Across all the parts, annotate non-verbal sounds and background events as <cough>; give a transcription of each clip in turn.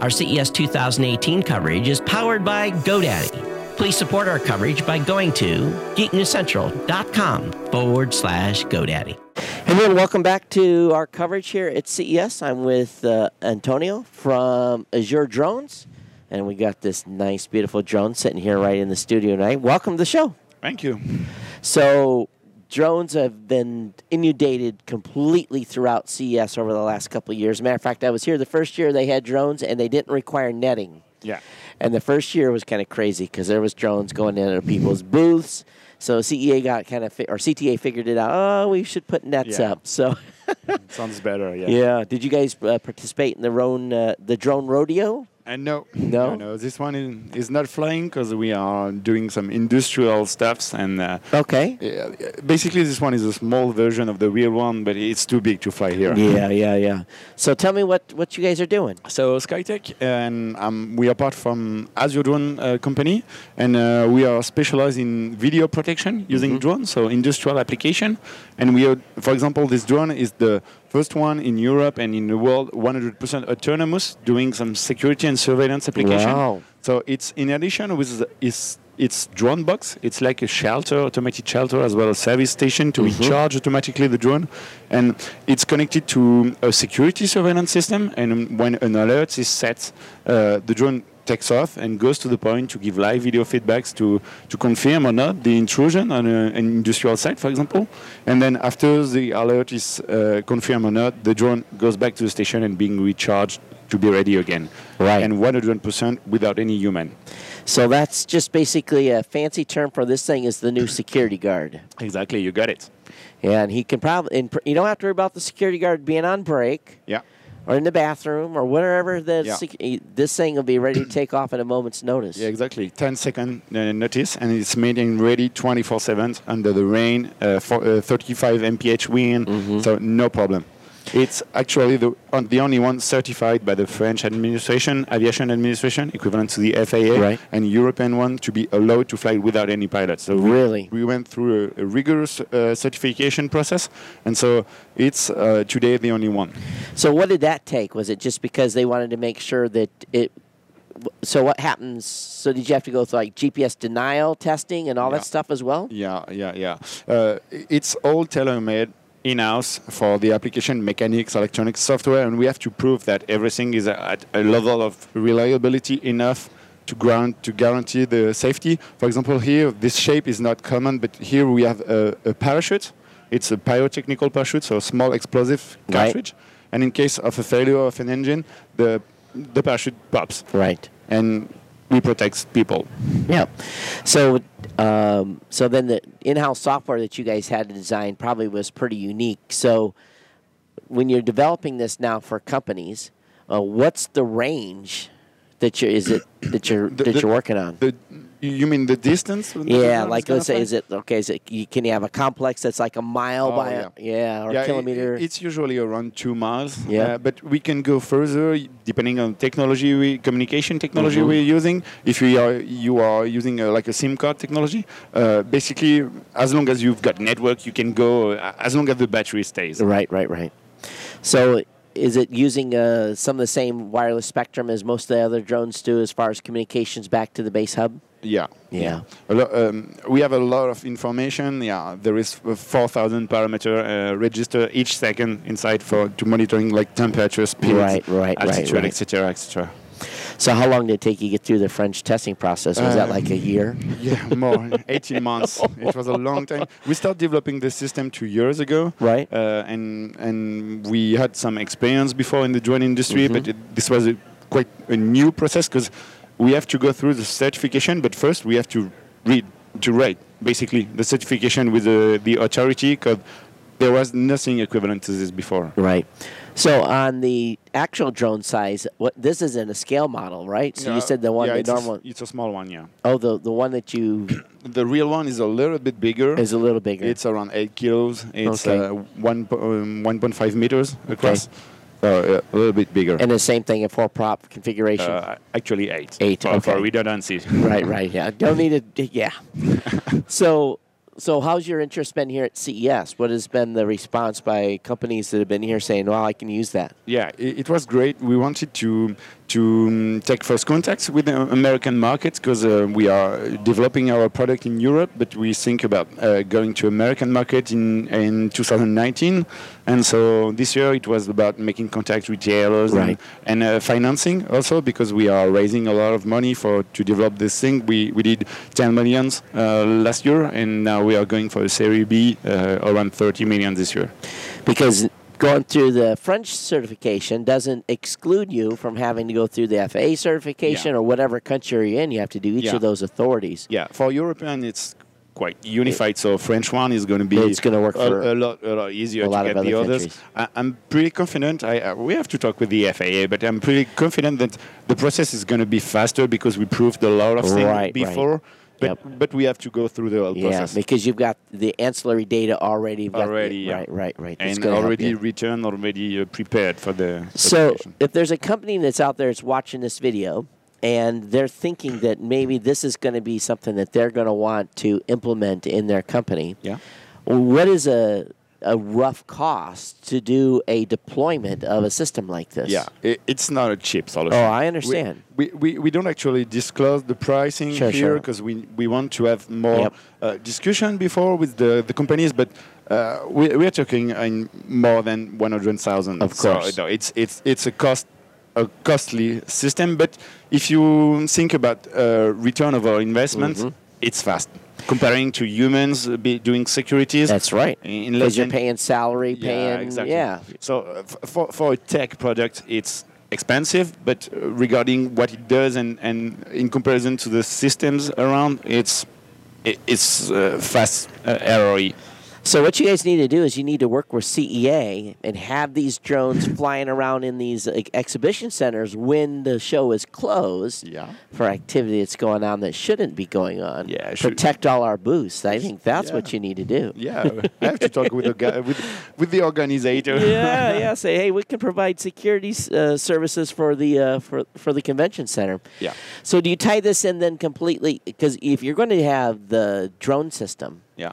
Our E CES 2018 coverage is powered by GoDaddy. Please support our coverage by going to geeknewscentral.com forward slash GoDaddy. And then welcome back to our coverage here at CES. I'm with uh, Antonio from Azure Drones, and we got this nice, beautiful drone sitting here right in the studio tonight. Welcome to the show. Thank you. So, drones have been inundated completely throughout CES over the last couple of years. Matter of fact, I was here the first year they had drones and they didn't require netting. Yeah. And the first year was kind of crazy because there was drones going into people's booths. So CEA got kind of fi- or CTA figured it out. Oh, we should put nets Yeah. up. So Sounds better. Yeah. yeah, did you guys uh, participate in the drone uh, the drone rodeo? And no, No? no, no, this one is, is not flying because we are doing some industrial stuffs and. Uh, Okay. yeah, basically, this one is a small version of the real one, but it's too big to fly here. Yeah, yeah, yeah. So tell me what what you guys are doing. So Skytech, and um, we are part from Azure Drone uh, Company, and uh, we are specialized in video protection using Mm-hmm. drones, so industrial application. And we are, for example, this drone is the first one in Europe and in the world 100% autonomous, doing some security and surveillance application. Wow. So it's in addition with the- its its drone box. It's like a shelter, automated shelter, as well as service station to recharge automatically the drone, and it's connected to a security surveillance system. And when an alert is set, uh, the drone takes off and goes to the point to give live video feedbacks to to confirm or not the intrusion on a, an industrial site, for example. And then after the alert is uh, confirmed or not, the drone goes back to the station and being recharged to be ready again. Right. And 100% without any human. So that's just basically a fancy term for this thing is the new security guard. Exactly, you got it. Yeah, and he can probably and pr- you don't have to worry about the security guard being on break Yeah. or in the bathroom or whatever. The Yeah. sec- e, this thing will be ready to take off at a moment's notice. Yeah, exactly. 10 second uh, notice, and it's made and ready 24 7 under the rain, uh, for, uh, 35 mph wind, so no problem. It's actually the, on, the only one certified by the French administration, aviation administration, equivalent to the FAA, Right. and European one to be allowed to fly without any pilot. So we- Really? we went through a, a rigorous uh, certification process, and so it's uh, today the only one. So what did that take? Was it just because they wanted to make sure that it? w- So what happens? So did you have to go through like GPS denial testing and all Yeah. that stuff as well? Yeah, yeah, yeah. Uh, i- it's all tailor-made in-house for the application mechanics, electronics, software, and we have to prove that everything is at a level of reliability enough to ground to guarantee the safety. For example, here this shape is not common, but here we have a, a parachute. It's a pyrotechnical parachute, so a small explosive Right. cartridge. And in case of a failure of an engine, the the parachute pops, Right. and we protect people. Yeah. So, um, so then the in-house software that you guys had to design probably was pretty unique. So, when you're developing this now for companies, uh, what's the range that you <coughs> is it that you're The- that the- you're working on? The, you mean the distance? yeah, like let's say, is it okay? Is it you, can you have a complex that's like a mile Oh, by a- yeah, or Yeah, a i- kilometer? i- it's usually around two miles. Yeah. Uh, but we can go further y- depending on technology, we, communication technology Mm-hmm. we're using. If you are you are using uh, like a SIM card technology, uh, basically as long as you've got network, you can go uh, as long as the battery stays. right, right, right. So. Is it using uh, some of the same wireless spectrum as most of the other drones do, as far as communications back to the base hub? Yeah. Yeah. A lo- um, we have a lot of information. Yeah, there is uh, 4,000 parameter uh, register each second inside for to monitoring like temperature, speed, Right, right, right, altitude, right. etc., etc. So how long did it take you to get through the French testing process? Was that Uh, like a year? Yeah, <laughs> more 18 months. It was a long time. We started developing the system two years ago, Right. Uh, and and we had some experience before in the drone industry, Mm-hmm. but it, this was a, quite a new process because we have to go through the certification, but first we have to read to write basically the certification with the the authority because there was nothing equivalent to this before. Right. So on the actual drone size, what this is in a scale model, right? So you said the one, yeah, the it's a s- normal, it's a small one, yeah. oh, the the one that <coughs> you The real one is a little bit bigger. is a little bigger. It's around eight kilos. It's Okay. uh, one po- um, 1.5 meters across. or uh, a little bit bigger. And the same thing in four prop configuration. Uh, actually, eight. Eight, For, for okay. redundancy. <laughs> right, right. Yeah, don't need to. Yeah. so, so how's your interest been here at CES? What has been the response by companies that have been here saying, "Well, I can use that." yeah, it, it was great. We wanted to to um, take first contacts with the American market because uh, we are developing our product in Europe, but we think about uh, going to American market in in 2019. And so this year it was about making contact with retailers Right. and, and uh, financing also because we are raising a lot of money for to develop this thing. We we did 10 millions uh, last year, and now we are going for a Series B uh, around 30 million this year. Because going through the French certification doesn't exclude you from having to go through the FAA certification Yeah. or whatever country you're in. You have to do each Yeah. of those authorities. Yeah, for European, it's quite unified. So French one is going to be It's gonna work a, for a lot a lot easier a lot to of get the other others. countries. I, I'm pretty confident. I, uh, we have to talk with the FAA, but I'm pretty confident that the process is going to be faster because we proved a lot of things Right, right. before. But Yep. but we have to go through the whole Yeah, process. because you've got the ancillary data already. You've got the- Already, yeah. right, right, right. That's and gonna help already you. returned, already uh, prepared for the. So, certification. if there's a company that's out there that's watching this video and they're thinking that maybe this is going to be something that they're going to want to implement in their company, yeah. what is a a rough cost to do a deployment of a system like this? Yeah, i- it's not a cheap solution. Oh, I understand. We, we, we, we don't actually disclose the pricing Sure, here sure. because we, we want to have more Yep. uh, discussion before with the, the companies, but uh, we, we are talking in more than 100,000. Of course. So, no, it's, it's, it's a cost. A costly system, but if you think about uh, return of our investment, Mm-hmm. it's fast. Comparing to humans uh, be doing securities, That's right. In less Because you're than- paying salary, paying yeah. so uh, f- for, for a tech product, it's expensive, but uh, regarding what it does and, and in comparison to the systems around, it's i- it's uh, fast uh, error. So what you guys need to do is you need to work with CEA and have these <laughs> drones flying around in these like, exhibition centers when the show is closed Yeah. for activity that's going on that shouldn't be going on. Yeah, it should- protect all our booths. I think that's Yeah. what you need to do. Yeah, I have to talk with the guy, with, with the organizer. yeah, <laughs> yeah. Say, hey, we can provide security s- uh, services for the uh, for for the convention center. Yeah. So do you tie this in then completely? Because if you're going to have the drone system, yeah,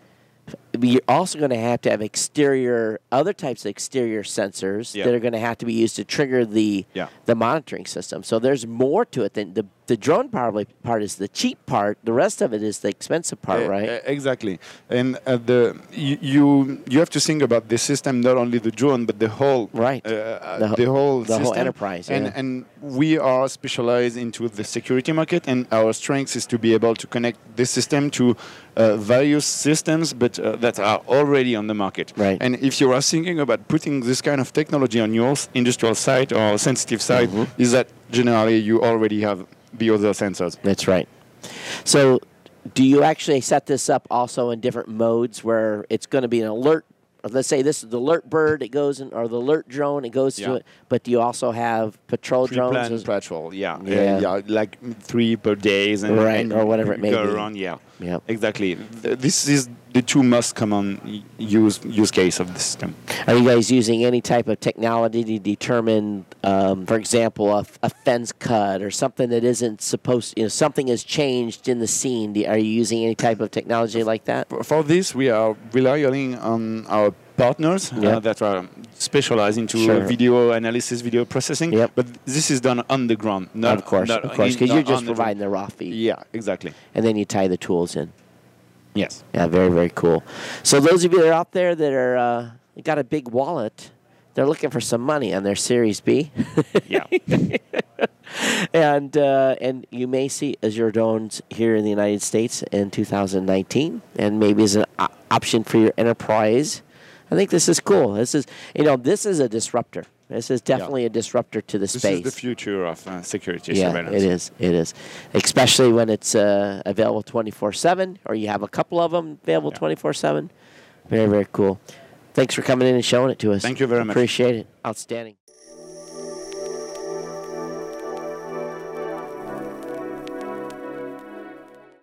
you're also going to have to have exterior other types of exterior sensors Yeah. that are going to have to be used to trigger the Yeah. the monitoring system. So there's more to it than the the drone probably part is the cheap part. The rest of it is the expensive part, E- right? e- exactly. And uh, the you, you you have to think about the system, not only the drone, but the whole Right. uh, The the, ho- whole the whole system. enterprise, And yeah. and we are specialized into the security market, and our strength is to be able to connect this system to uh, various systems, but uh, that are already on the market. Right. And if you are thinking about putting this kind of technology on your s- industrial site or sensitive site, Mm-hmm. is that generally you already have the other sensors. That's right. So, do you actually set this up also in different modes where it's going to be an alert? Let's say this is the alert bird, it goes in, or the alert drone, it goes to Yeah. it. But do you also have patrol drones? pre-planned as- patrol. Yeah, Uh, Yeah. yeah, like three per days, and, Right, and or whatever it you may go be. Around, yeah, Yeah. exactly. Th- This is the two most common y- use use case of the system. Are you guys using any type of technology to determine, um, for example, a, f- a fence cut or something that isn't supposed? You know, something has changed in the scene. Do- Are you using any type of technology like that? For- For this, we are relying on our partners Yeah. uh, that are specialized into Sure. video analysis, video processing. Yep. But this is done on the ground, not of course, not of course, in- because not you're on just the- providing the raw feed, Yeah, exactly. and then you tie the tools in. Yes. Yeah, very, very cool. So those of you that are out there that are uh, got a big wallet, they're looking for some money on their Series B, <laughs> Yeah. and uh, and you may see Azure drones here in the United States in 2019, and maybe as an o- option for your enterprise. I think this is cool. This is you know this is a disruptor. This is definitely a disruptor to the this space. is the future of uh, security yeah, surveillance. it is. It is, especially when it's uh, available twenty four seven, or you have a couple of them available Yeah. twenty four seven. Very, very cool. Thanks for coming in and showing it to us. Thank you very much. Appreciate it. Outstanding.